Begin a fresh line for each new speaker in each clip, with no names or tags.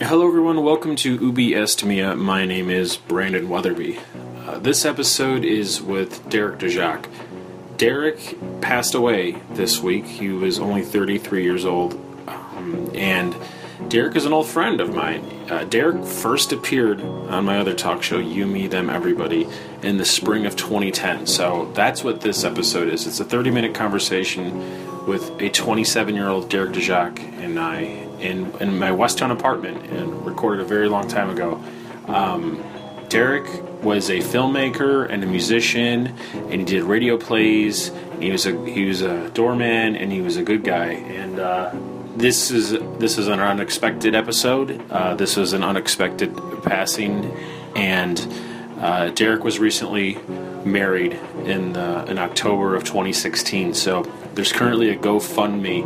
Hello, everyone. Welcome to Ubi Est Mia. My name is Brandon Weatherby. Uh, this episode is with Derek DeJacques. Derek passed away this week. He was only 33 years old. Um, and Derek is an old friend of mine. Uh, Derek first appeared on my other talk show, You, Me, Them, Everybody, in the spring of 2010. So that's what this episode is. It's a 30 minute conversation with a 27 year old Derek DeJacques and I in, in my Westtown apartment and recorded a very long time ago. Derek was a filmmaker and a musician, and he did radio plays. And he was a he was a doorman, and he was a good guy. And uh, this is this is an unexpected episode. Uh, this was an unexpected passing, and uh, Derek was recently married in the, in October of 2016. So there's currently a GoFundMe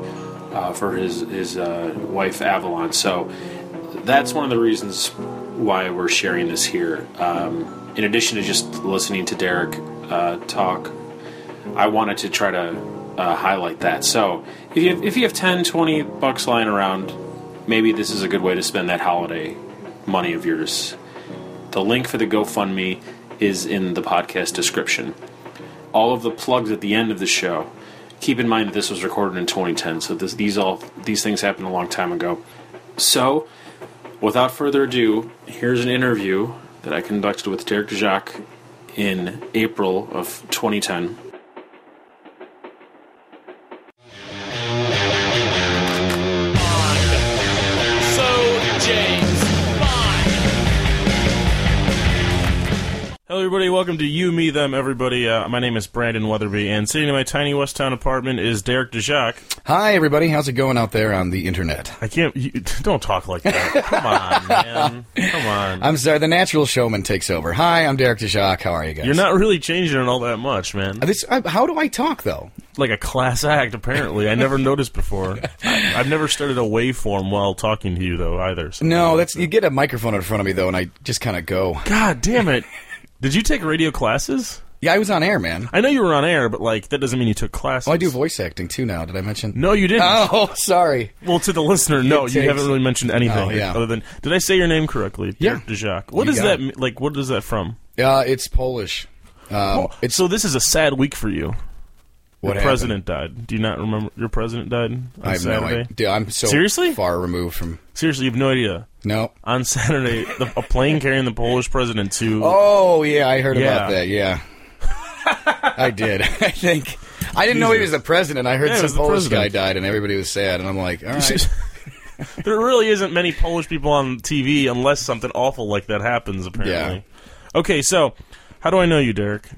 uh, for his his uh, wife Avalon. So that's one of the reasons why we're sharing this here. Um, in addition to just listening to Derek uh, talk, I wanted to try to uh, highlight that. So if you have, if you have 10, 20 bucks lying around, maybe this is a good way to spend that holiday money of yours. The link for the GoFundMe is in the podcast description all of the plugs at the end of the show. Keep in mind that this was recorded in 2010, so this, these all these things happened a long time ago. So, without further ado, here's an interview that I conducted with Derek Jacques in April of 2010.
So James
Hello, everybody. Welcome to You, Me, Them, Everybody. Uh, my name is Brandon Weatherby, and sitting in my tiny West Town apartment is Derek DeJacques.
Hi, everybody. How's it going out there on the internet?
I can't. You, don't talk like that. Come on, man. Come on.
I'm sorry, the natural showman takes over. Hi, I'm Derek DeJacques. How are you guys? Uh,
You're not really changing it all that much, man.
This, I, how do I talk, though?
Like a class act, apparently. I never noticed before. I, I've never started a waveform while talking to you, though, either. So.
No, that's you get a microphone in front of me, though, and I just kind of go.
God damn it. Did you take radio classes?
Yeah, I was on air, man.
I know you were on air, but, like, that doesn't mean you took classes.
Oh, I do voice acting, too, now. Did I mention?
No, you didn't.
Oh, sorry.
Well, to the listener, no,
It
you
takes-
haven't really mentioned anything
Oh, yeah.
other than did I say your name correctly?
Yeah.
Derek DeJacques. What
You
is
got
that
it.
m- like? What is that from?
Uh, it's Polish. Um,
Oh,
it's
so this is a sad week for you.
what
your president died. Do you not remember your president died on
happened. I have no
Saturday?
idea. Dude, I'm so
Seriously?
far removed from.
Seriously, you have no idea.
No.
On Saturday, the, a plane carrying the Polish president to
Oh, yeah, I heard
Yeah.
about that. Yeah. I did. I think. I didn't know he was the president. I heard
Yeah, he
some
was the
Polish guy
president.
died, and everybody was sad, and I'm like, all right.
there really isn't many Polish people on TV unless something awful like that happens. Apparently. Okay, so how do I know you, Derek?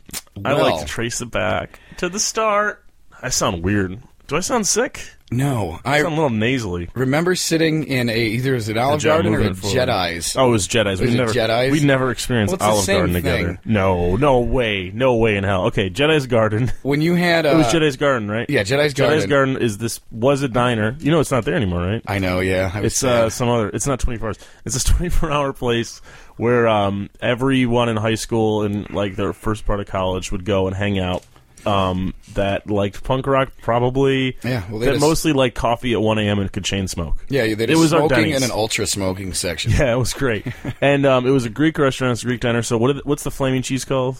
I like
Well-
to trace it back to the start. I sound weird. Do I sound sick?
No, I
I sound a little nasally.
remember sitting in a either it was an Olive
Good job
Garden or
moving it
a
forward.
Jedi's.
Oh, it was Jedi's.
Was
we
it
never
Jedi's?
We never experienced
Well, it's the
Olive
same
Garden
thing.
together. No, no way, no way in hell. Okay, Jedi's Garden.
When you had uh,
It was Jedi's Garden, right?
yeah, Jedi's Garden.
Jedi's Garden is this was a diner. You know, it's not there anymore, right?
I know, yeah. I was
It's uh,
sad.
some other. It's not twenty four hours. It's this twenty four hour place where um, everyone in high school and like their first part of college would go and hang out. Um, that liked punk rock probably.
Yeah, well, they
that
just-
mostly liked coffee at one a.m. and could chain smoke.
yeah, they
it
did a
was our
smoking
Denny's.
and an ultra smoking section.
Yeah, it was great. and um, it was a Greek restaurant. It's a Greek diner. So what? Did, what's the flaming cheese called?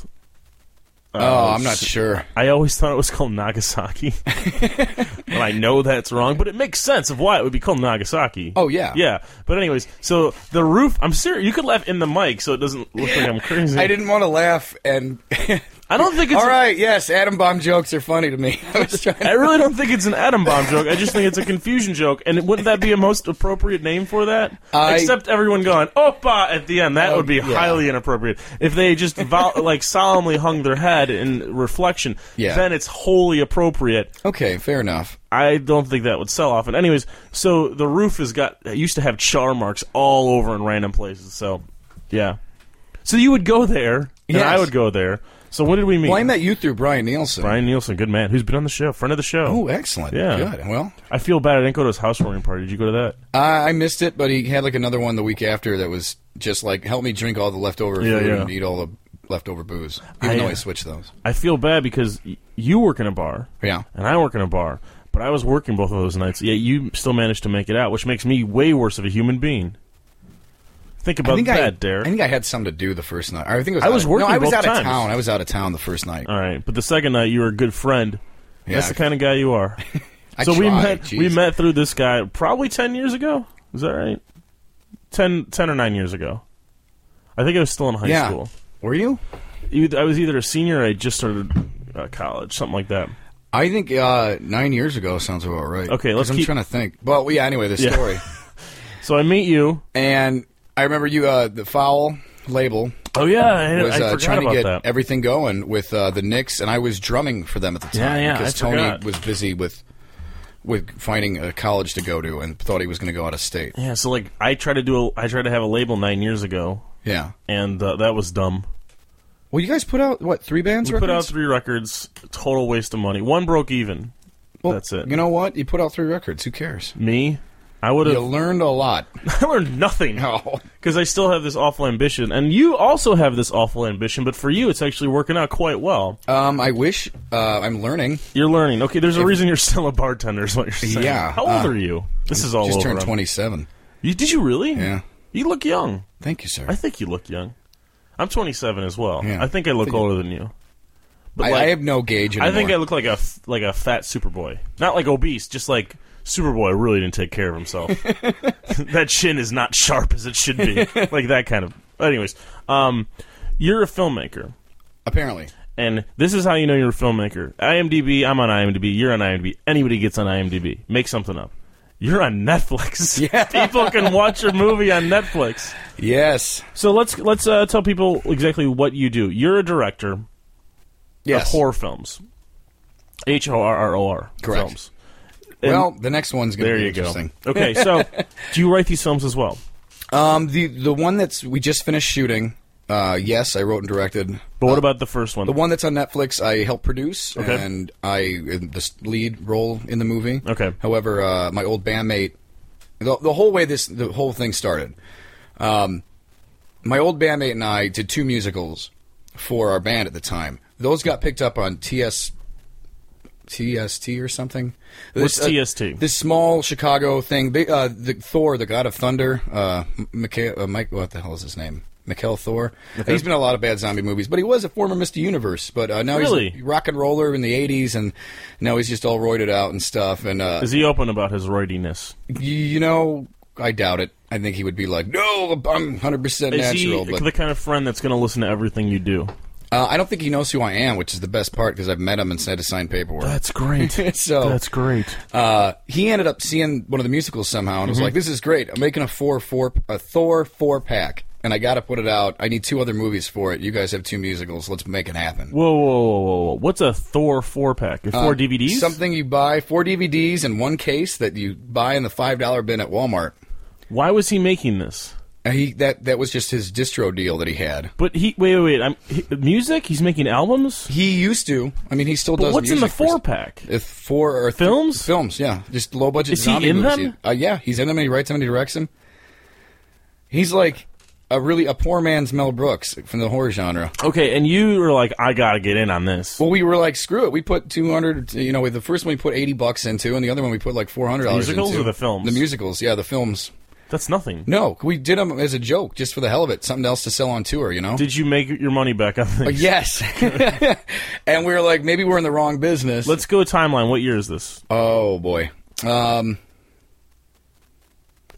oh, I'm not sure.
I always thought it was called Nagasaki, and I know that's wrong, but it makes sense of why it would be called Nagasaki.
Oh, yeah.
yeah. But anyways, so the roof. I'm serious. You could laugh in the mic, so it doesn't look like I'm crazy.
I didn't want to laugh, and
I don't think it's.
all right, yes, atom bomb jokes are funny to me. I was trying.
I really don't think it's an atom bomb joke. I just think it's a confusion joke, and wouldn't that be a most appropriate name for that?
I-
Except everyone going "oppa" at the end. That
Oh,
would be
yeah.
highly inappropriate. If they just vol- like solemnly hung their head in reflection,
Yeah.
then it's wholly appropriate.
Okay, fair enough.
I don't think that would sell often. Anyways, so the roof has got it used to have char marks all over in random places. So, yeah. So you would go there, and
Yes.
I would go there. So what did we meet?
Blame that you through Brian Nielsen.
Brian Nielsen, good man, who's been on the show, friend of the show.
Oh, excellent.
Yeah.
Good. Well,
I feel bad. I didn't go to his housewarming party. Did you go to that?
I I missed it, but he had like another one the week after that was just like help me drink all the leftover
Yeah,
food
yeah.
and eat all the leftover booze. Even
I,
though
uh,
I switched those.
I feel bad because y- you work in a bar.
Yeah.
and I work in a bar. But I was working both of those nights. Yeah, you still managed to make it out, which makes me way worse of a human being. Think about
I think
that,
I,
Derek.
I think I had some to do the first night. I think it was
I
out
was
of-
working
No, I was
both
out
times. Uh,
of town. I was out of town the first night.
All right, but the second night you were a good friend. That's
Yeah.
the kind of guy you are.
I
so we
tried,
met
jeez.
we met through this guy probably 10 years ago. Is that right? 10, 10 or 9 years ago. I think I was still in high
Yeah.
school.
Were you?
Either- I was either a senior or I just started uh, college, something like that.
I think uh, nine years ago sounds about right.
Okay,
'Cause
let's
I'm
keep-
trying to think. Well, yeah. Anyway, the
Yeah.
story,
So I meet you.
and I remember you. Uh, the foul label
Oh yeah, I,
was
I
uh,
forgot
trying to
about
get
that.
everything going with uh, the Knicks, and I was drumming for them at the time.
Yeah, yeah, I
Because Tony
forgot.
was busy with with finding a college to go to, and thought he was going to go out of state.
yeah, so like I tried to do a, I tried to have a label 9 years ago
Yeah.
and uh, that was dumb.
Well, you guys put out what three bands?
We put out three records, total waste of money. One broke even. that's it.
You know what? You put out three records. Who cares?
Me, I would
You
have
learned a lot.
I learned nothing.
No.
because I still have this awful ambition, and you also have this awful ambition. But for you, it's actually working out quite well.
Um, I wish uh, I'm learning.
You're learning. Okay, there's a reason you're still a bartender. Is what you're saying?
Yeah,
How old
uh,
are you? This is all
Just
over.
turned
I'm-
27.
You, did you really?
Yeah.
You look young.
Thank you, sir.
I think you look young. I'm 27 as well.
Yeah.
I think I look
Think-
older than you. But
I,
like,
I have no gauge
I
anymore.
think I look like a f- like a fat Superboy, not like obese, just like Superboy really didn't take care of himself. that chin is not sharp as it should be, like that kind of. Anyways, um, you're a filmmaker,
Apparently.
and this is how you know you're a filmmaker. IMDb, I'm on IMDb, you're on IMDb. Anybody gets on IMDb, make something up. You're on Netflix.
Yeah.
people can watch your movie on Netflix.
Yes.
So let's let's uh, tell people exactly what you do. You're a director
Yes.
of horror films. H O R R O R.
Correct.
Films. And
Well, the next one's going to
there
be
you go.
interesting.
Okay, so do you write these films as well?
Um, the the one that's we just finished shooting. Uh, yes, I wrote and directed. Uh,
But what about the first one?
The one that's on Netflix, I helped produce,
Okay.
and I am the s- lead role in the movie.
Okay.
However, uh, my old bandmate, the, the whole way this the whole thing started, um, my old bandmate and I did two musicals for our band at the time. Those got picked up on TS. TST or something.
What's
uh,
TST?
this small Chicago thing. They, uh, the Thor, the God of Thunder, uh, M- Michael, uh, Mike. What the hell is his name? Michael Thor. He's been in a lot of bad zombie movies, but he was a former Mr. Universe. But uh, now
Really?
he's a rock and roller in the '80s, and now he's just all roided out and stuff. And uh,
Is he open about his roidiness?
y- you know, I doubt it. I think he would be like, "No, I'm 100 percent
Is
natural."
he
but
the kind of friend that's going to listen to everything you do?
uh, I don't think he knows who I am, which is the best part because I've met him and said to sign paperwork.
That's great.
So-
that's great.
uh, he ended up seeing one of the musicals somehow and was
Mm-hmm.
like, "This is great! I'm making a four four a Thor four pack, and I got to put it out. I need two other movies for it. You guys have two musicals. Let's make it happen."
Whoa, whoa, whoa, whoa, whoa! What's a Thor four pack? Four DVDs?
Um, Something you buy four DVDs in one case that you buy in the five dollar bin at Walmart.
Why was he making this?
And he that that was just his distro deal that he had.
But he wait, wait, wait. I'm he, music. He's making albums.
He used to. I mean, he still
But
does.
what's in the
music for-
four pack?
If four or th-
Films?
films, yeah, just low budget.
Is he
zombie
in
movies.
them?
Uh, yeah, he's in them. and He writes them and he directs them. He's like a really a poor man's Mel Brooks from the horror genre.
Okay, and you were like, I gotta get in on this.
Well, we were like, screw it. We put two hundred. You know, the first one we put eighty bucks into, and the other one we put like four hundred dollars.
Musicals
into.
or the films?
The musicals, yeah, the films.
That's nothing.
No, we did them as a joke, just for the hell of it. Something else to sell on tour, you know.
Did you make your money back on
But
this?
yes, and we were like, maybe we're in the wrong business.
Let's go timeline. What year is this?
oh boy. Um,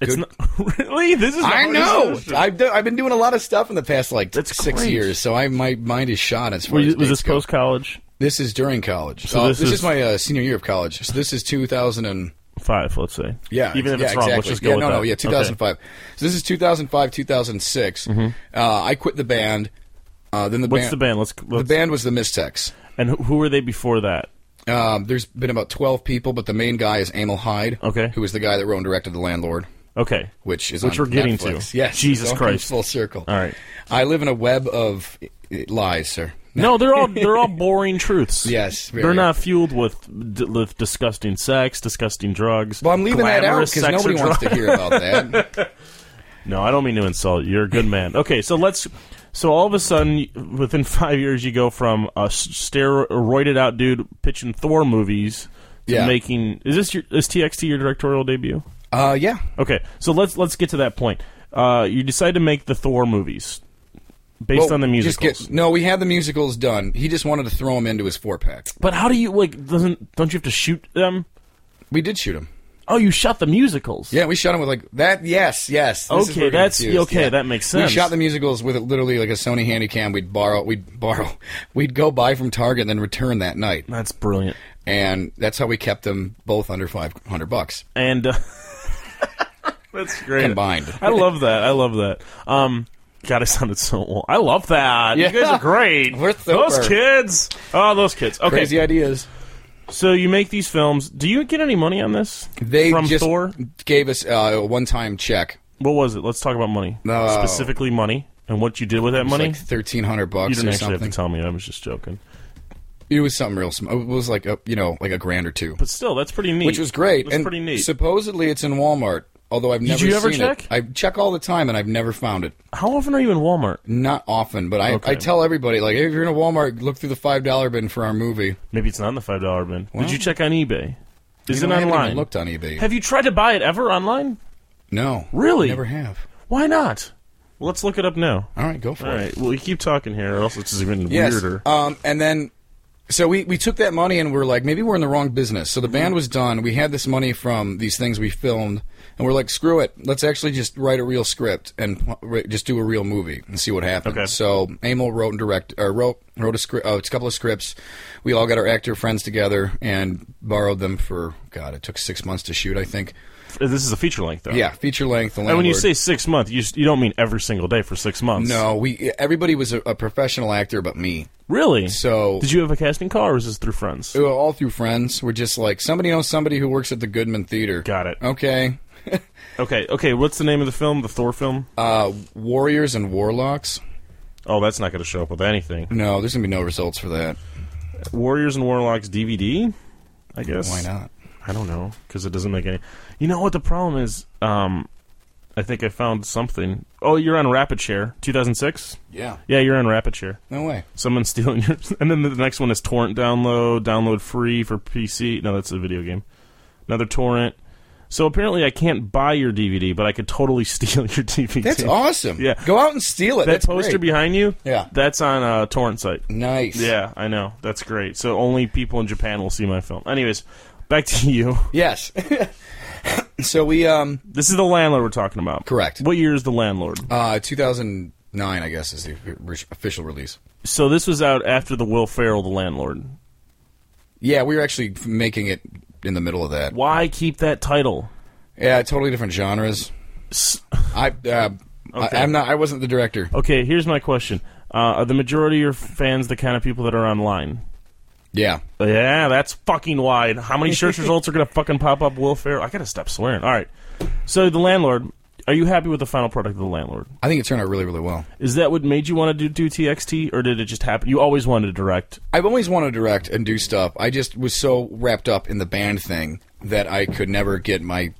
It's not, really this is. the
I
hardest
know.
question.
I've, do, I've been doing a lot of stuff in the past like
That's
six
great.
years, so I my mind is shot as far
Were you-
as
was
dates
this
go.
post college?
This is during college.
So
Uh,
this
this,
is-
is, my uh, senior year of college. So this is 2000 and
Five, let's say.
yeah,
even if
yeah,
it's wrong, let's
exactly.
just go
yeah,
with
no,
that.
no, yeah,
Okay.
2005. So this is 2005, 2006. Uh, I quit the band. Uh, then the
Mm-hmm. What's
band.
the band? Let's,
The
let's
band was the Mistex.
and who- who were they before that?
Um, there's been about 12 people, but the main guy is Emil Hyde.
Okay.
who was the guy that wrote and directed The Landlord.
Okay,
which is
Which
on
we're getting
Netflix.
to.
Yes,
Jesus
it all comes
Christ.
full circle.
All right.
I live in a web of i- i- lies, sir.
no, they're all they're all boring truths.
Yes, very.
they're not fueled with d- with disgusting sex, disgusting drugs.
Well, I'm leaving that out
glamorous
because
sex or
nobody wants
drug-
to hear about that.
No, I don't mean to insult you. You're a good man. Okay, so let's. So all of a sudden, within five years, you go from a steroided out dude pitching Thor movies to
Yeah.
making. Is this your is TXT your directorial debut?
uh, yeah,
Okay, so let's let's get to that point. uh, you decide to make the Thor movies based
Well,
on the
just
musicals.
get- no, we had the musicals done. He just wanted to throw them into his four pack.
but how do you like? Doesn't don't you have to shoot them?
We did shoot him.
Oh, you shot the musicals.
Yeah, we shot him with like that. Yes, yes. This is
Okay,
where we got
that's-
confused.
okay,
Yeah.
that makes
We
sense.
shot the musicals with literally like a Sony Handycam. We'd borrow, we'd borrow, we'd go buy from Target and then return that night,
that's brilliant.
and that's how we kept them both under five hundred bucks
And uh, that's great.
combined.
I love that. I love that. Um, God, I sounded so old. I love that.
Yeah.
You guys are great.
We're
those
sober.
kids. Oh, those kids. Okay.
Crazy ideas.
So you make these films. Do you get any money on this?
They
from
just
Thor.
gave us uh, a one-time check.
What was it? Let's talk about money.
No.
Specifically, money and what you did with that
It was
money.
like thirteen hundred
you
bucks
didn't
or
actually have
something.
to tell me. I was just joking.
It was something real small. It was like a you know like a grand or two.
But still, that's pretty neat.
which was great.
That's
and
pretty neat.
Supposedly it's in Walmart, although I've never
you ever
seen
check?
it. I check all the time, and I've never found it.
How often are you in Walmart?
Not often, but I,
Okay.
I tell everybody like, if you're in a Walmart, look through the five dollar bin for our movie.
Maybe it's not in the five dollar bin.
Well-
Did you check on eBay? Is
You know,
it
I haven't even
online?
looked on eBay.
Have you tried to buy it ever online?
no,
Really?
never have.
Why not? Well, let's look it up now.
All right, go for
All
it.
right. Well, you keep talking here, or else it's just even
Yes.
weirder.
Um, and then. So we, we took that money and we're like maybe we're in the wrong business.
Mm-hmm.
So the band was done. We had this money from these things we filmed, and we're like, screw it. Let's actually just write a real script and pl- ri- just do a real movie and see what happens.
Okay.
So Emil wrote and direct or wrote wrote a script, uh, a couple of scripts. We all got our actor friends together and borrowed them for God. It took six months to shoot, I think.
This is a feature length, though.
Yeah, feature length.
And when you say six months, you s- you don't mean every single day for six months.
no, we everybody was a, a professional actor but me.
Really?
So
Did you have a casting call, or was this through friends?
Well, all through friends. We're just like somebody knows somebody who works at the Goodman Theater.
Got it.
Okay.
Okay. Okay. What's the name of the film? The Thor film?
Uh, warriors and warlocks.
oh, that's not going to show up with anything.
No, there's gonna be no results for that.
Warriors and Warlocks DVD. I guess.
Why not?
I don't know because it doesn't make any. You know what the problem is? Um, I think I found something. Oh, you're on Rapid Share, 2006.
Yeah.
Yeah, you're on Rapid Share.
No way.
Someone's stealing your. And then the next one is torrent download, download free for PC. No, that's a video game. Another torrent. So apparently, I can't buy your DVD, but I could totally steal your DVD.
That's awesome.
Yeah.
Go out and steal it.
That
That's
poster
great.
behind you.
Yeah.
That's on a torrent site.
nice.
Yeah, I know. That's great. So only people in Japan will see my film. Anyways, back to you.
Yes. so we um
This is the landlord we're talking about.
Correct.
What year is the landlord?
uh 2009 I guess is the re- official release.
So this was out after the Will Ferrell, the landlord.
Yeah, we were actually f- making it in the middle of that.
Why keep that title?
Yeah, totally different genres.
S-
I uh, I, I'm not I wasn't the director.
Okay, here's my question: uh, Are the majority of your fans the kind of people that are online?
Yeah.
Yeah, that's fucking wide. How many search results are gonna fucking pop up? Will Ferrell? I gotta stop swearing. All right. So the landlord. Are you happy with the final product of the landlord?
I think it turned out really really well.
Is that what made you want to do, do TXT, or did it just happen? You always wanted to direct.
I've always wanted to direct and do stuff. I just was so wrapped up in the band thing that I could never get my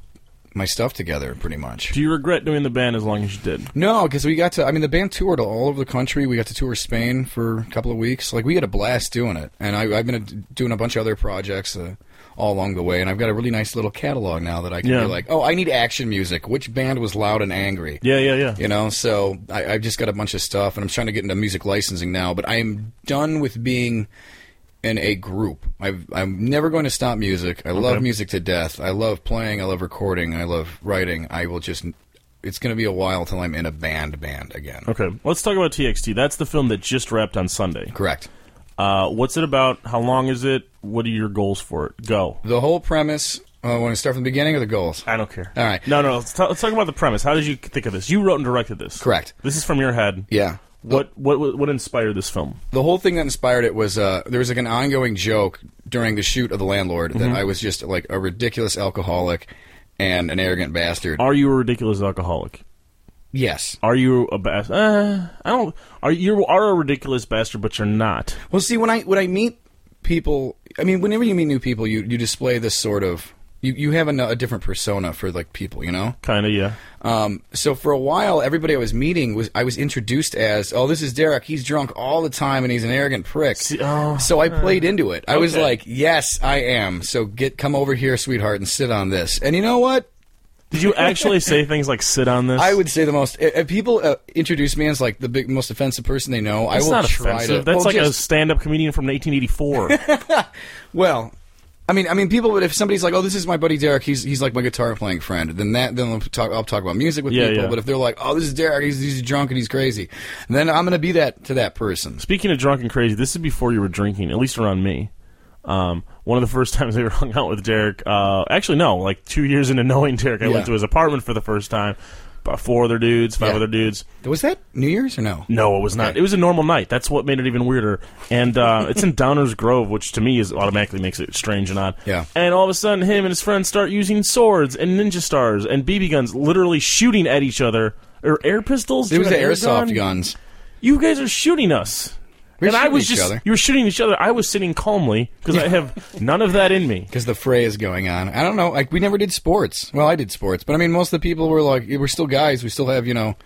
my stuff together. Pretty much.
Do you regret doing the band as long as you did?
No, because we got to. I mean, the band toured all over the country. We got to tour Spain for a couple of weeks. Like we had a blast doing it. And I, I've been doing a bunch of other projects uh, all along the way. And I've got a really nice little catalog now that I can
Yeah.
be like, oh, I need action music. Which band was loud and angry?
Yeah, yeah, yeah.
You know, so I, I've just got a bunch of stuff, and I'm trying to get into music licensing now. But I am done with being in a group. I've, I'm never going to stop music. I love music to death. I love playing. I love recording. I love writing. I will just. It's going to be a while till I'm in a band band again.
Okay, let's talk about TXT. That's the film that just wrapped on Sunday.
Correct.
Uh, what's it about? How long is it? What are your goals for it? Go.
The whole premise. Uh, want to start from the beginning or the goals?
I don't care.
All right.
No, no. Let's, ta- let's talk about the premise. How did you think of this? You wrote and directed this.
Correct.
This is from your head.
Yeah.
What what what what inspired this film?
the whole thing that inspired it was uh, there was like an ongoing joke during the shoot of the landlord that I was just like a ridiculous alcoholic and an arrogant bastard.
Are you a ridiculous alcoholic?
yes.
Are you a bastard? Uh, I don't. Are you are a ridiculous bastard, but you're not.
Well, see, when I when I meet people, I mean, whenever you meet new people, you you display this sort of you you have a, a different persona for like people, you know.
Kind of. Yeah.
Um, so for a while, everybody I was meeting was I was introduced as, oh, this is Derek. He's drunk all the time and he's an arrogant prick.
oh,
so I played into it. I was
okay.
like, yes, I am. So get come over here, sweetheart, and sit on this. And you know what?
Did you actually say things like "sit on this"?
I would say the most. If if people uh, introduce me as like the big, most offensive person they know, I
That's
will
not
try
offensive.
to.
That's
well,
like a
just-
stand-up comedian from 1984.
Well, I mean, I mean, people. would if somebody's like, "Oh, this is my buddy Derek. He's he's like my guitar playing friend," then that then I'll talk, I'll talk about music with
Yeah,
people.
yeah.
But if they're like, "Oh, this is Derek. He's, he's drunk and he's crazy," then I'm gonna be that to that person.
Speaking of drunk and crazy, this is before you were drinking, at least around me. Um, one of the first times I ever hung out with Derek, uh, actually, no, like two years into knowing Derek, I
Yeah.
went to his apartment for the first time. About four other dudes, five
Yeah.
other dudes.
Was that New Year's or no?
No, it was not.
Okay.
It was a normal night. That's what made it even weirder. And uh, it's in Downers Grove, which to me is automatically makes it strange and odd.
Yeah.
And all of a sudden, him and his friends start using swords and ninja stars and BB guns, literally shooting at each other or air pistols.
It was
You
the
had an air
airsoft
gun?
guns.
You guys are shooting us.
We're
and I
shooting
was
each
just
other.
you were shooting each other. I was sitting calmly because I have none of that in me.
Because the fray is going on. I don't know. Like we never did sports. Well, I did sports, but I mean, most of the people were like, we're still guys. We still have you know,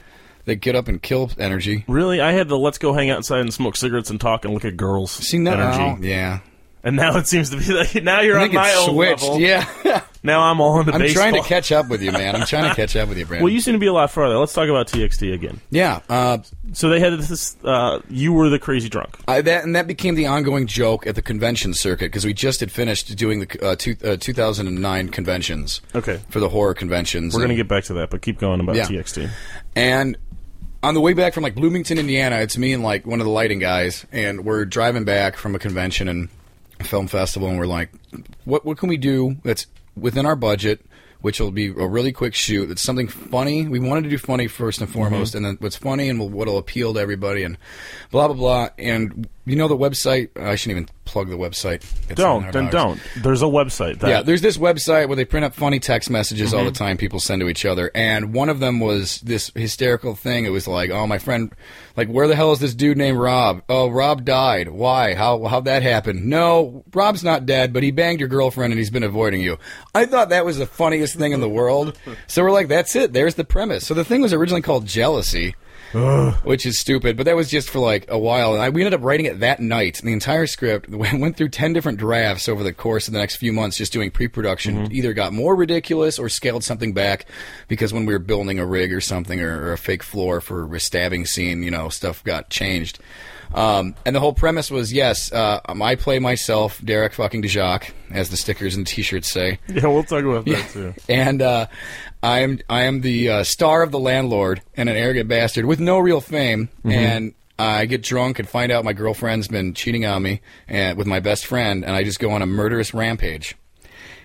they get up and kill energy.
Really, I had the let's go hang outside and smoke cigarettes and talk and look at girls
See no,
energy.
yeah.
And now it seems to be like now you're on
I think
my
it's
own
switched.
level.
Yeah.
Now I'm all into
I'm
baseball.
trying to catch up with you, man. I'm trying to catch up with you, Brandon.
Well, you seem to be a lot farther. Let's talk about TXT again.
yeah. Uh,
So they had this. Uh, you were the crazy drunk.
I, that and that became the ongoing joke at the convention circuit because we just had finished doing the uh, two, uh, 2009 conventions
Okay,
for the horror conventions.
we're gonna
And-
get back to that, but keep going about
Yeah.
TXT.
And on the way back from like Bloomington, Indiana, it's me and like one of the lighting guys, and we're driving back from a convention and a film festival, and we're like, what what can we do that's within our budget, which will be a really quick shoot. That's something funny. We wanted to do funny first
Mm-hmm.
and foremost, and then what's funny and what'll appeal to everybody, and blah blah blah. And you know the website. I shouldn't even plug the website. It's on
Don't
our
then
dogs.
don't. There's a website. That,
Yeah, there's this website where they print up funny text messages all the time people send to each other. And one of them was this hysterical thing. It was like, oh, my friend, like, where the hell is this dude named Rob? Oh, Rob died. Why? How, how'd that happen? No, Rob's not dead, but he banged your girlfriend and he's been avoiding you. I thought that was the funniest thing in the world. So we're like, that's it. There's the premise. So the thing was originally called Jealousy which is stupid. But that was just for like a while. And I, we ended up writing it that night. And the entire script we went through ten different drafts over the course of the next few months, just doing pre-production. Either got more ridiculous or scaled something back because when we were building a rig or something or, or a fake floor for a stabbing scene, you know, stuff got changed. Um, and the whole premise was yes, uh, um, I play myself, Derek fucking DeJacques, as the stickers and T-shirts say
yeah, we'll talk about that too.
and uh, I am I am the uh, star of the landlord and an arrogant bastard with no real fame,
Mm-hmm.
and I get drunk and find out my girlfriend's been cheating on me and with my best friend, and I just go on a murderous rampage.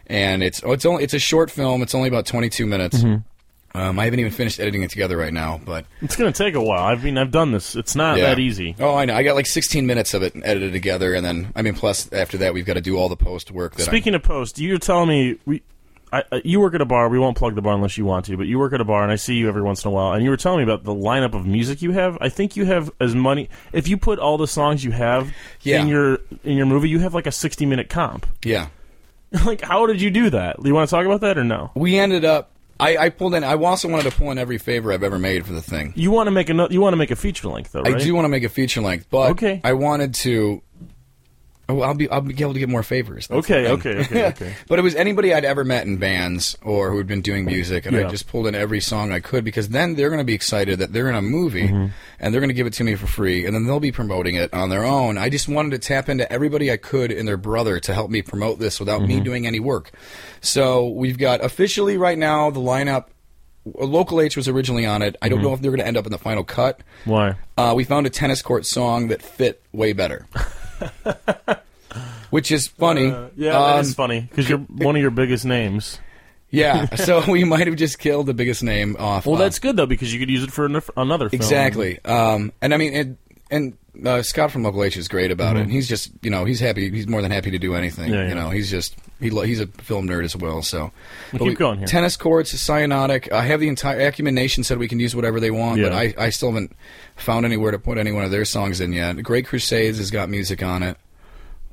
And it's oh, it's only it's a short film. It's only about twenty two minutes.
Mm-hmm.
Um, I haven't even finished editing it together right now, but
It's gonna take a while. I mean, I've done this. It's not
yeah.
that easy.
Oh, I know. I got like sixteen minutes of it edited together, and then I mean, plus after that, we've got to do all the post work. That
Speaking of post, you're telling me we. I, I- you work at a bar. We won't plug the bar unless you want to, but you work at a bar, and I see you every once in a while. And you were telling me about the lineup of music you have. I think you have as many. If you put all the songs you have
Yeah.
in your in your movie, you have like a sixty minute comp.
I, yeah.
like, how did you do that? Do you want to talk about that or no?
we ended up. I, I pulled in. I also wanted to pull in every favor I've ever made for the thing.
You want to make another. You want to make a feature length though, right?
I do want to make a feature length, but
Okay.
I wanted to. Oh, I'll be I'll be able to get more favors. That's
Okay,
the
okay,
thing.
okay, okay.
but it was anybody I'd ever met in bands or who had been doing music, and
Yeah.
I just pulled in every song I could because then they're going to be excited that they're in a movie
Mm-hmm.
and they're going to give it to me for free, and then they'll be promoting it on their own. I just wanted to tap into everybody I could and their brother to help me promote this without
Mm-hmm.
me doing any work. So we've got officially right now the lineup. Local H was originally on it. I don't
Mm-hmm.
know if they're going to end up in the final cut.
Why?
Uh, we found a tennis court song that fit way better, which is funny.
Uh, Yeah, that
Um,
is funny because you're one of your biggest names.
Yeah, so we might have just killed the biggest name off.
Well,
uh,
that's good though because you could use it for another, another film.
exactly. Um, and I mean, and, and uh, Scott from Local H is great about it. And he's just, you know, he's happy. He's more than happy to do anything.
Mm-hmm. Yeah, yeah.
You know, he's just he lo- he's a film nerd as well. So But
keep going here.
Tennis courts, cyanotic. I have the entire Acumen Nation said we can use whatever they want, but
Yeah.
I, I still haven't found anywhere to put any one of their songs in yet. Great Crusades has got music on it.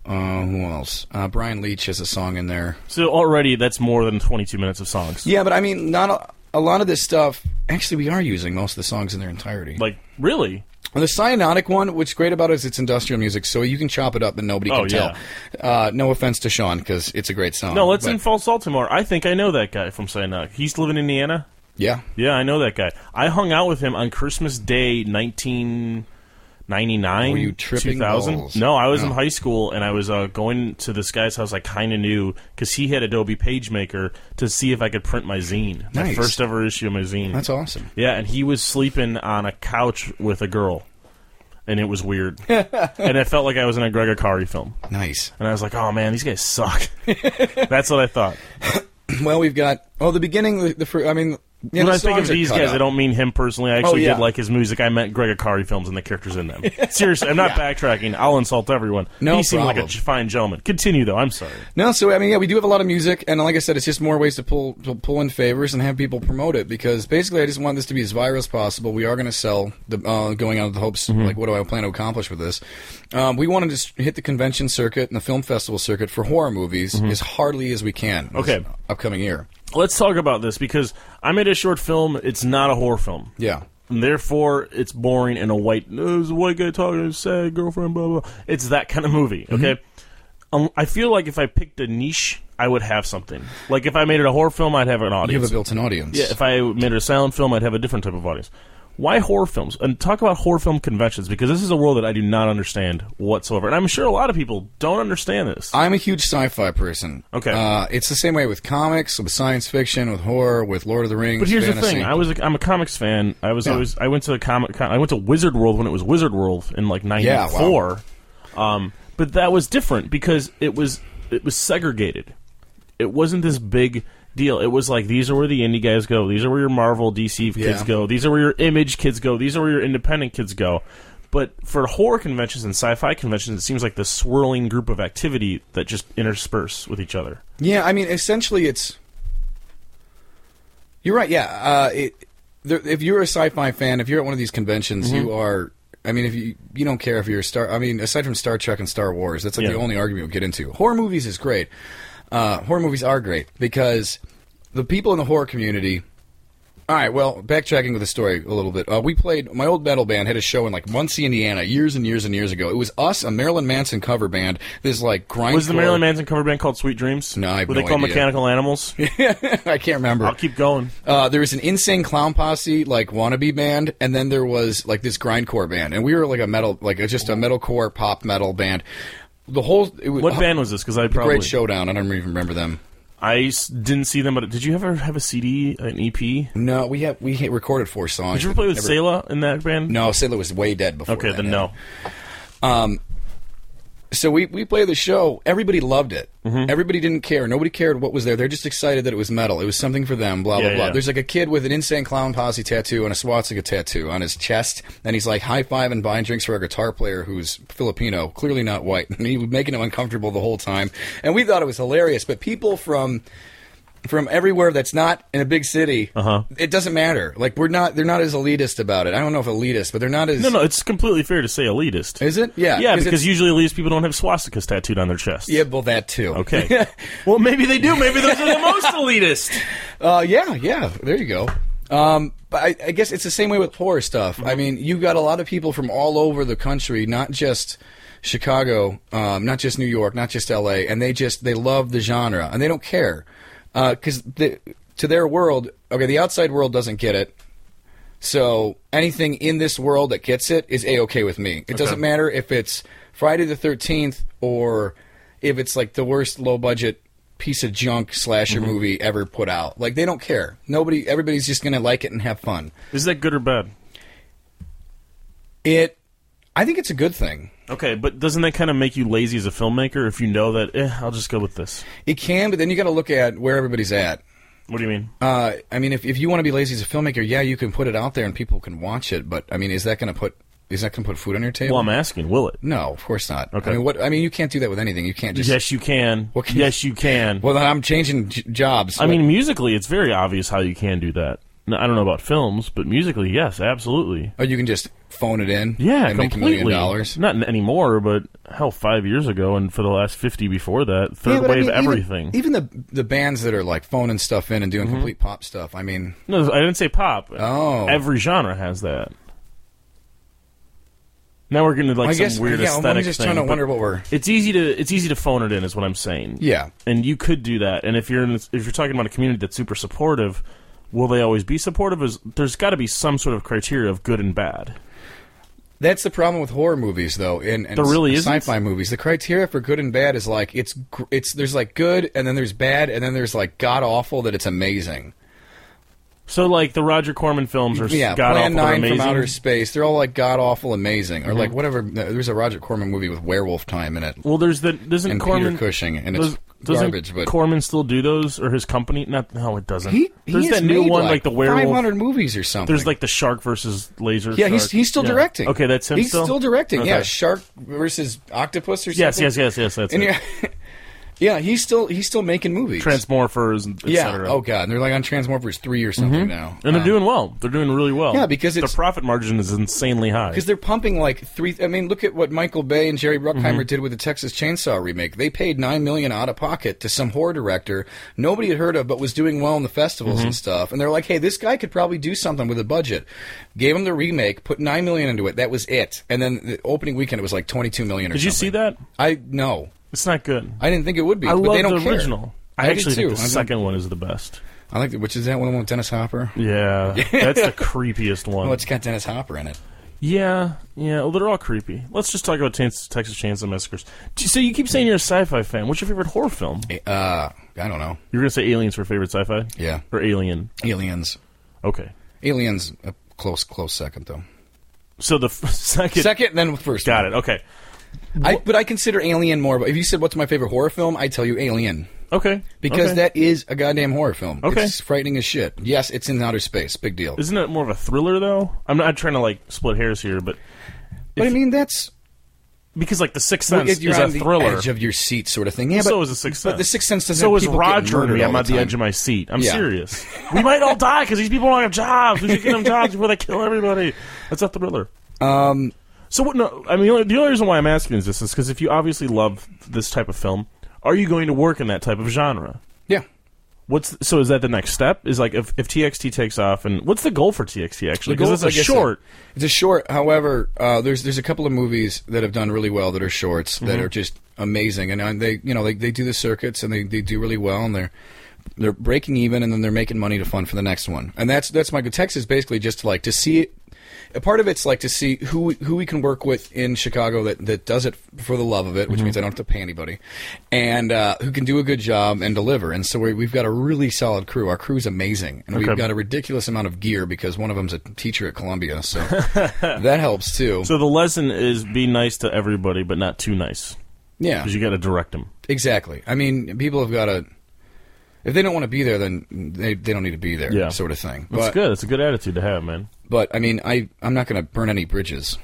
Uh, who else? Uh, Brian Leach has a song in there.
So already that's more than 22 minutes of songs.
Yeah, but I mean, not. A, a lot of this stuff, actually, we are using most of the songs in their entirety.
Like really?
And the Cyanotic one, what's great about it is it's industrial music, so you can chop it up and nobody can
Oh,
tell. Uh, no offense to Sean, because it's a great song.
No, let's
Oh, but-
in false Baltimore. I think I know that guy from Sinai. He's living in Indiana.
Yeah.
Yeah, I know that guy. I hung out with him on Christmas Day, nineteen ninety nine.
Were you tripping
2000.
balls?
No, I was in
No.
high school, and I was uh, going to this guy's house. I kind of knew because he had Adobe PageMaker to see if I could print my zine, my
Nice.
first ever issue of my zine.
That's awesome.
Yeah, and he was sleeping on a couch with a girl, and it was weird. and I felt like I was in a Greg Akari film,
Nice.
and I was like, "Oh man, these guys suck." That's what I thought.
Well, we've got. Oh, the beginning, the, the fir- I mean. Yeah,
when
the
I think of
songs are
these
cut
guys,
up.
I don't mean him personally. I actually
Oh, yeah.
did like his music. I meant Greg Akari films and the characters in them. Seriously, I'm not backtracking. I'll insult everyone.
No
he seemed like
problem.
a j- fine gentleman. Continue though. I'm sorry.
No, so I mean, yeah, we do have a lot of music, and like I said, it's just more ways to pull to pull in favors and have people promote it because basically, I just want this to be as viral as possible. We are going to sell the uh, going out of the hopes
Mm-hmm.
like what do I plan to accomplish with this? Um, we want to just hit the convention circuit and the film festival circuit for horror movies as hardly as we can. this
Mm-hmm. Okay.
upcoming year,
Let's talk about this because I made a short film. It's not a horror film.
yeah,
And therefore it's boring and a white "Oh, there's a white guy talking to his sad girlfriend blah blah it's that kind of movie
Mm-hmm.
okay um, i feel like if i picked a niche i would have something like if i made it a horror film i'd have an
you have a
audience
built-in audience.
yeah, if i made it a silent film i'd have a different type of audience why horror films and talk about horror film conventions because this is a world that i do not understand whatsoever and i'm sure a lot of people don't understand this
I'm a huge sci-fi person.
Okay.
uh, it's the same way with comics, with science fiction, with horror, with Lord of the Rings.
But here's the
fantasy.
thing: I was a, I'm a comics fan. I was
Yeah.
I was I went to a comic con. I went to Wizard World when it was Wizard World in like
Yeah, wow.
'94. um, but that was different because it was it was segregated. It wasn't this big deal. It was like these are where the indie guys go. These are where your Marvel, DC kids
Yeah.
go. These are where your Image kids go. These are where your independent kids go. But for horror conventions and sci-fi conventions, it seems like this swirling group of activity that just intersperse with each other.
Yeah, I mean, essentially, it's. You're right. Yeah, uh, it, there, if you're a sci-fi fan, if you're at one of these conventions, you
Mm-hmm.
are. I mean, if you you don't care if you're a star. I mean, aside from Star Trek and Star Wars, that's like
Yeah.
the only argument we get into. Horror movies is great. Uh, horror movies are great because the people in the horror community. All right, well, backtracking with the story a little bit. Uh, we played, my old metal band had a show in like Muncie, Indiana, years and years and years ago. It was us, a Marilyn Manson cover band, this like grind.
Was the Marilyn Manson cover band called Sweet Dreams?
No, I have
Were
no
they called
idea.
Mechanical Animals?
I can't remember.
I'll keep going.
Uh, there was an insane clown posse like wannabe band, and then there was like this grindcore band, and we were like a metal, like just a metalcore pop metal band. The whole it was,
What band was this? Because I
Great
probably
Showdown. I don't even remember them.
I s- didn't see them. But did you ever have a CD, an EP? Did
No, we have we had recorded four songs.
you ever play with
Never-
Selah in that band?
No, Sailor was way dead before.
Okay,
that,
then
yeah.
no.
So we we played the show. Everybody loved it.
Mm-hmm.
Everybody didn't care. Nobody cared what was there. They're just excited that it was metal. It was something for them. Blah blah
Yeah,
blah.
yeah.
There's like a kid with an insane clown posse tattoo and a swastika tattoo on his chest, and he's like high five and buying drinks for a guitar player who's Filipino, clearly not white, and he was making him uncomfortable the whole time. And we thought it was hilarious. But people from from everywhere that's not in a big city, uh-huh. it doesn't matter. Like we're not. They're not as elitist about it. I don't know if elitist, but they're not as.
No, no. It's completely fair to say elitist.
Is it? Yeah.
yeah,
it's-
because usually elitist people don't have swastikas tattooed on their chest.
Yeah, well, that too.
Okay. well, maybe they do. Maybe those are the most elitist.
Uh, yeah, yeah. There you go. Um, but I, I guess it's the same way with horror stuff. I mean, you got a lot of people from all over the country, not just Chicago, um, not just New York, not just L.A., and they just they love the genre and they don't care because the to their world, okay, the outside world doesn't get it. So anything in this world that gets it is a okay with me. It doesn't matter if it's Friday the Thirteenth or if it's like the worst low budget piece of junk slasher movie ever put out. Like they don't care. Nobody, everybody's just gonna like it and have fun.
Is that good or bad?
It, I think it's a good thing.
Okay, but doesn't that kind of make you lazy as a filmmaker if you know that? Eh, I'll just go with this.
It can, but then you got to look at where everybody's at.
What do you mean?
Uh, I mean, if, if you want to be lazy as a filmmaker, yeah, you can put it out there and people can watch it. But I mean, is that gonna put is that gonna put food on your table?
Well, I'm asking. Will it?
no, of course not.
Okay.
I mean, what? I mean, you can't do that with anything. You can't just.
Yes, you can.
What can-
yes, you can.
Well, then I'm changing j- jobs.
I mean, musically, it's very obvious how you can do that. No, I don't know about films, but musically, yes, absolutely.
or oh, you can just phone it in.
Yeah,
and
completely.
make a million dollars.
Not n- anymore, but hell, five years ago, and for the last fifty before that,
Yeah,
third
but I
wave
mean, even-
everything. Mm-hmm.
Even, the the bands that are like phoning stuff in and doing complete pop stuff. I mean,
no, I didn't say pop.
Oh.
every genre has that. Now we're getting to like
I
some
guess
weird
yeah,
aesthetic
I'm just
thing.
trying to
but
wonder what we're.
it's easy to it's easy to phone it in, is what I'm saying.
Yeah,
and you could do that. And if you're in, if you're talking about a community that's super supportive, will they always be supportive? Is there's got to be some sort of criteria of good and bad.
that's the problem with horror movies, though, and, and
There really
s-
isn't.
sci-fi movies. The criteria for good and bad is like it's gr- it's there's like good, and then there's bad, and then there's like god awful that it's amazing.
So like the Roger Corman films are
Yeah,
god
Plan
awful,
Nine
amazing. Mm-hmm.
from Outer Space. They're all like god awful, amazing, or like whatever. There's a Roger Corman movie with werewolf time in it,
Well, there's the doesn't
and
Corman
Peter Cushing, and it's
does, doesn't
garbage. But
Corman still do those or his company? Not no, it doesn't.
he, he
there's
has
that new
made,
one
like,
like, the werewolf.
500 movies or something.
There's like the shark versus laser.
Yeah, he's,
shark.
he's still
Yeah.
directing.
Okay, that's him.
He's still, directing. Yeah,
Okay.
shark versus octopus or something.
Yes, yes, yes, yes. That's
And
it.
yeah, yeah, he's still he's still making movies.
Transmorphers, et
yeah.
cetera. Mm-hmm.
Oh god, and they're like on Transmorphers three or something now.
And they're
Um,
doing well. They're doing really well.
Yeah, because
the
it's-
profit margin is insanely high.
because they're pumping like three. I mean, look at what Michael Bay and Jerry Bruckheimer
Mm-hmm.
did with the Texas Chainsaw remake. They paid nine million out of pocket to some horror director nobody had heard of, but was doing well in the festivals
Mm-hmm.
and stuff. And they're like, "Hey, this guy could probably do something with a budget." Gave him the remake, put nine million into it. That was it. And then the opening weekend, it was like twenty-two million. Or
Did you see that?
I no,
It's not good.
I didn't think it would be.
I
but
love
they don't
the
care.
original. I,
I did
actually think
too.
the
I don't-
second one is the best.
I like the, which is that one with Dennis Hopper.
Yeah, that's the creepiest one.
Oh, it's got Dennis Hopper in it.
Yeah, yeah. Well, they're all creepy. Let's just talk about Tans- Texas Chainsaw Massacres. Do you- So you keep saying you're a sci-fi fan. What's your favorite horror film?
Uh, I don't know.
You're gonna say Aliens for favorite sci-fi?
Yeah,
Or Alien?
Aliens.
Okay.
Aliens a close close second though.
So the f- second.
Second, then first.
Got it. Okay.
I, but I consider Alien more. But if you said what's my favorite horror film, I tell you Alien
Okay.
because
okay.
that is a goddamn horror film.
Okay.
it's frightening as shit. Yes, it's in outer space. Big deal.
isn't it more of a thriller though. I'm not trying to like split hairs here, but
but I mean that's
because like the Sixth
well,
Sense
you're
is
on
a
the
thriller.
edge of your seat sort of thing. Yeah, but
so is the Sixth Sense.
But the Sixth Sense doesn't.
So
have
is
people getting
Roger and
murdered
me.
all
I'm at the
time.
edge of my seat. I'm
Yeah.
serious. we might all die because these people don't have jobs. We should get them jobs before they kill everybody. That's a thriller. Um. So what? No, I mean the only- the only reason why I'm asking is this is because if you obviously love this type of film, are you going to work in that type of genre?
Yeah,
What's so? Is that the next step? Is like if, if TXT takes off, and what's the goal for TXT actually? Because
goal
it's
is,
a
I guess, uh,
short.
It's a short. However, uh, there's there's a couple of movies that have done really well that are shorts that
Mm-hmm.
are just amazing, and, uh they you know they, they do the circuits and they, they do really well, and they're they're breaking even, and then they're making money to fund for the next one, and that's that's my text is basically just like to see it. A part of it's like to see who who we can work with in Chicago that, that does it for the love of it,
Mm-hmm.
which means I don't have to pay anybody, and uh, who can do a good job and deliver. And so we, we've got a really solid crew. Our crew's amazing, and we've
Okay.
got a ridiculous amount of gear because one of them's a teacher at Columbia, so that helps too.
So the lesson is be nice to everybody, but not too nice,
yeah,
because you got to direct them.
exactly. I mean, people have got to. If they don't want to be there, then they, they don't need to be there,
Yeah.
sort of thing.
That's
But,
good. That's a good attitude to have, man.
but I mean, I I'm not going to burn any bridges.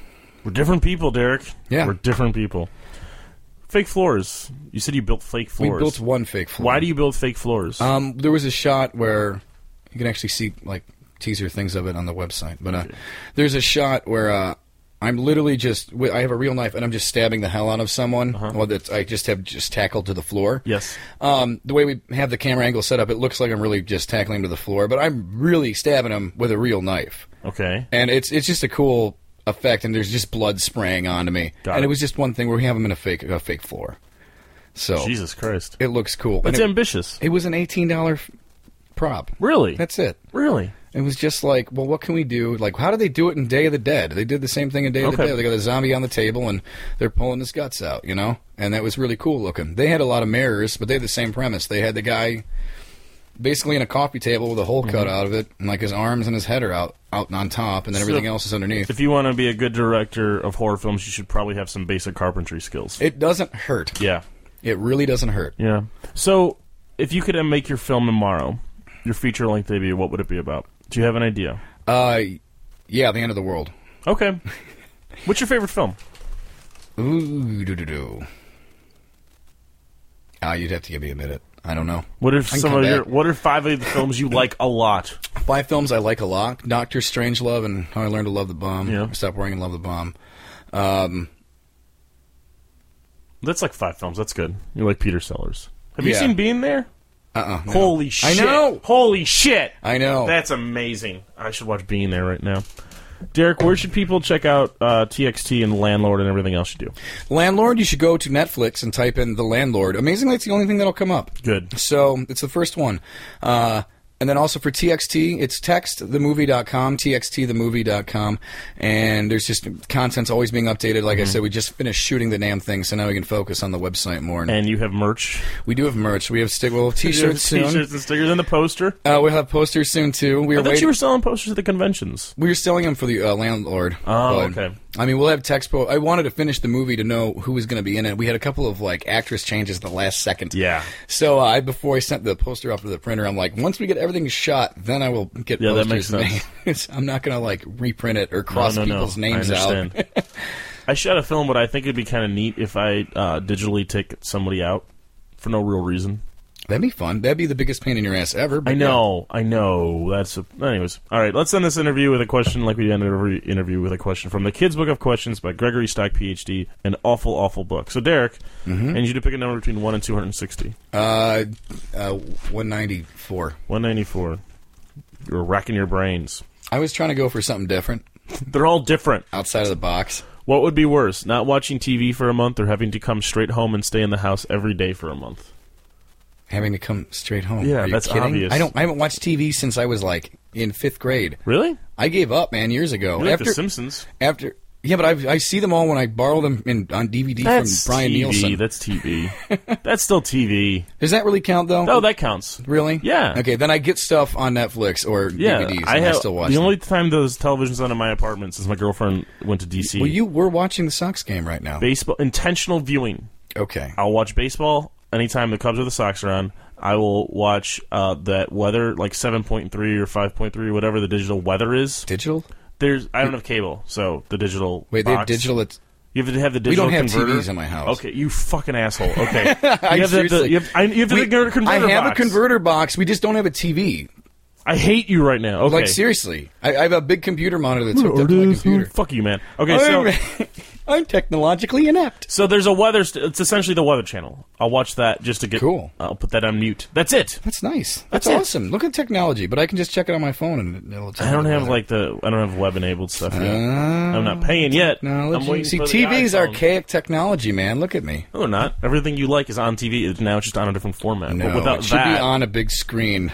We're different people, Derek.
Yeah.
We're different people. Fake floors. You said you built fake
We
floors.
built one fake floor.
Why do you build fake floors?
Um, there was a shot where you can actually see like teaser things of it on the website. But uh, there's a shot where uh, I'm literally just wi- I have a real knife and I'm just stabbing the hell out of someone.
Uh-huh.
Well, that I just have just tackled to the floor.
yes.
Um, the way we have the camera angle set up, it looks like I'm really just tackling him to the floor, but I'm really stabbing him with a real knife,
Okay.
and it's it's just a cool effect. And there's just blood spraying onto me,
Got it.
and it was just one thing where we have him in a fake a fake floor, so
Jesus Christ.
it looks cool. And
That's
it,
ambitious.
it was an eighteen dollar prop.
Really?
That's it.
really.
It was just like, well, what can we do? Like, how do they do it in Day of the Dead? They did the same thing in Day of the
Okay.
Dead. They got a zombie on the table and they're pulling his guts out, you know? And that was really cool looking. They had a lot of mirrors, but they had the same premise. They had the guy basically in a coffee table with a hole cut
Mm-hmm.
out of it, and like his arms and his head are out, out on top, and then everything else is underneath.
If you want to be a good director of horror films, you should probably have some basic carpentry skills.
It doesn't hurt.
yeah.
It really doesn't hurt.
Yeah. So, if you could uh, make your film tomorrow, your feature length debut, what would it be about? Do you have an idea?
Uh, yeah, the end of the world.
Okay. What's your favorite film?
Ooh, doo doo doo. Ah, you'd have to give me a minute. I don't know.
What are
I can
some
come
of your?
back.
What are five of the films you like a lot?
five films I like a lot: Doctor Strangelove and How I Learned to Love the Bomb.
Yeah.
Or Stop Worrying and Love the Bomb.
That's like five films. That's good. You like Peter Sellers. Have you
Yeah.
seen Being There?
Uh-uh. no.
Holy shit!
know. Oh.
Holy shit!
I know.
That's amazing. I should watch Being There right now. Derek, where should people check out uh, TXT and Landlord and everything else you do?
Landlord. You should go to Netflix and type in The Landlord. Amazingly, it's the only thing that'll come up.
Good.
So it's the first one. Uh, and then also for TXT, it's textthemovie.com, txtthemovie.com. And there's just content's always being updated. Like I said, we just finished shooting the damn thing, so now we can focus on the website more. And
And you have merch,
we do have merch. We have stick, we'll have t-shirts soon.
t-shirts, and stickers, and the poster.
Uh, we'll have posters soon, too. We
I
are
thought
waiting.
you were selling posters at the conventions.
we were selling them for the uh, landlord.
Oh,
but-
okay.
I mean, we'll have text. po- I wanted to finish the movie to know who was going to be in it. We had a couple of like actress changes at the last second.
Yeah.
So uh, I before I sent the poster off to the printer, I'm like, once we get everything shot, then I will get.
Yeah, that
posters
makes
made. I'm not going to like reprint it or
No,
cross
no, no.
people's names
I
out.
understand. I shot a film, but I think it'd be kind of neat if I uh, digitally take somebody out for no real reason.
That'd be fun. That'd be the biggest pain in your ass ever. but
I know, I know. That's a, anyways. All right, let's end this interview with a question, like we ended every interview with a question from the Kids Book of Questions by Gregory Stock, PhD. An awful, awful book. So, Derek,
Mm-hmm.
I need you to pick a number between one and two hundred and sixty.
yeah. Uh, uh, 194.
One ninety-four. You're racking your brains.
I was trying to go for something different
They're all different.
outside of the box.
What would be worse, not watching TV for a month, or having to come straight home and stay in the house every day for a month?
Having to come straight home.
Yeah,
Are you
that's
kidding?
obvious.
I don't. I haven't watched TV since I was like in fifth grade.
Really?
I gave up, man, years ago.
You like
after
The Simpsons?
after. Yeah, but I, I see them all when I borrow them in, on DVD
That's
from Brian
TV.
Nielsen.
That's TV. that's still TV.
Does that really count though?
Oh, that counts.
Really?
Yeah.
Okay, then I get stuff on Netflix or
Yeah,
DVDs.
I
and
have
I still watch.
the
them.
only time those televisions on in my apartment since my girlfriend went to DC.
well, you were watching the Sox game right now.
baseball intentional viewing.
Okay.
I'll watch baseball anytime the Cubs or the Sox are on. I will watch uh, that weather, like seven point three or five point three, whatever the digital weather is.
Digital?
There's I don't have cable, so the digital.
Wait, they have
box-
digital. It's,
You have to have the
we
digital.
don't have
converter.
TVs in my house.
Okay, you fucking asshole. Okay, you have
I
to have the,
seriously-
you have, I, you have to
We-
have the converter.
I have
box.
a converter box. We just don't have a TV.
I hate you right now. Okay,
Like seriously, I, I have a big computer monitor that's hooked up to my computer.
Fuck you, man. Okay, so
I'm, I'm technologically inept.
So there's a weather. St- it's essentially the weather channel. I'll watch that just to get.
Cool.
I'll put that on mute. That's it.
That's nice.
That's
That's,
it.
awesome. Look at technology, but I can just check it on my phone and it'll. tell
I
me
don't
the
have
weather.
like the. I don't have web enabled stuff yet. I'm not paying yet. I'm
technology.
waiting
Uh, See,
for the
TV's
iPhone.
archaic technology, man. Look at me.
No, they're not. Everything you like is on TV. It's now just on a different format.
No,
but without
it should
that,
be on a big screen.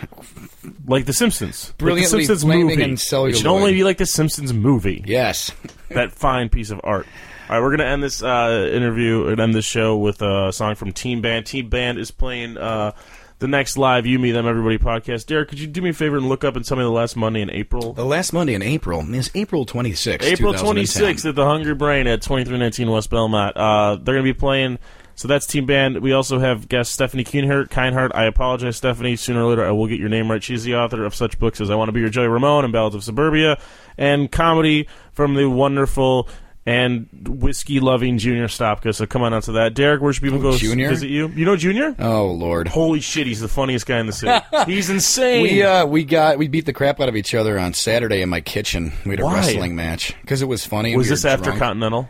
like The Simpsons, Like
Brilliantly
the Simpsons
flaming
movie.
and
it should only
celluloid.
be like The Simpsons movie.
Yes.
that fine piece of art. All right, we're gonna end this uh, interview and end this show with a song from Team Band. Team Band is playing uh, the next live "You, Me, Them, Everybody" podcast. Derek, could you do me a favor and look up and tell me the last Monday in April?
The last Monday in April is April 26th.
April
2010.
26th at the Hungry Brain at 2319 West Belmont. Uh, they're gonna be playing. So that's Team Band. We also have guest Stephanie Kuhnhart, Kindheart. I apologize, Stephanie. Sooner or later, I will get your name right. She's the author of such books as I Want to Be Your Joey Ramone and Ballads of Suburbia, and comedy from the wonderful and whiskey loving Junior Stopka. So come on out to that. Derek, where should people go s-
Junior?
visit you? You know Junior?
Oh Lord.
Oh, Holy shit, he's the funniest guy in the city. he's insane.
We uh we got we beat the crap out of each other on Saturday in my kitchen. We had a
Why?
wrestling match because it was funny. and
was
we were
this after
drunk.
Continental?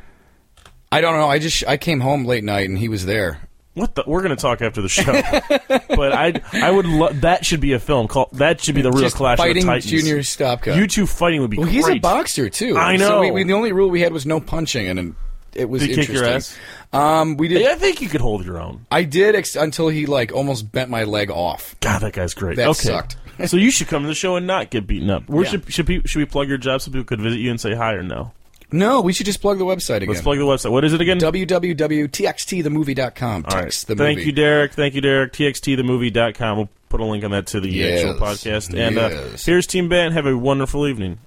I don't know. I just I came home late night and he was there.
What the? We're gonna talk after the show, but I I would lo- that should be a film called that should be the real
just
clash
fighting
of the titans.
Junior Stopka.
you two fighting would be
well,
great.
he's a boxer too.
I
So
know.
we, we, the only rule we had was no punching, and, and it was
Did he kick
interesting.
your ass?
Um, we did.
Yeah, I think you could hold your own.
I did ex- until he like almost bent my leg off.
God, that guy's great.
That
okay,
sucked.
so you should come to the show and not get beaten up. Where
Yeah.
should should, pe- should we plug your job so people could visit you and say hi or no?
No, we should just plug the website again.
Let's plug the website. What is it again?
www.txtthemovie.com.
All right.
Text the
Thank
movie.
you, Derek. Thank you, Derek. txtthemovie.com. We'll put a link on that to the
Yes.
actual podcast. And uh,
Yes.
here's Team Band. Have a wonderful evening.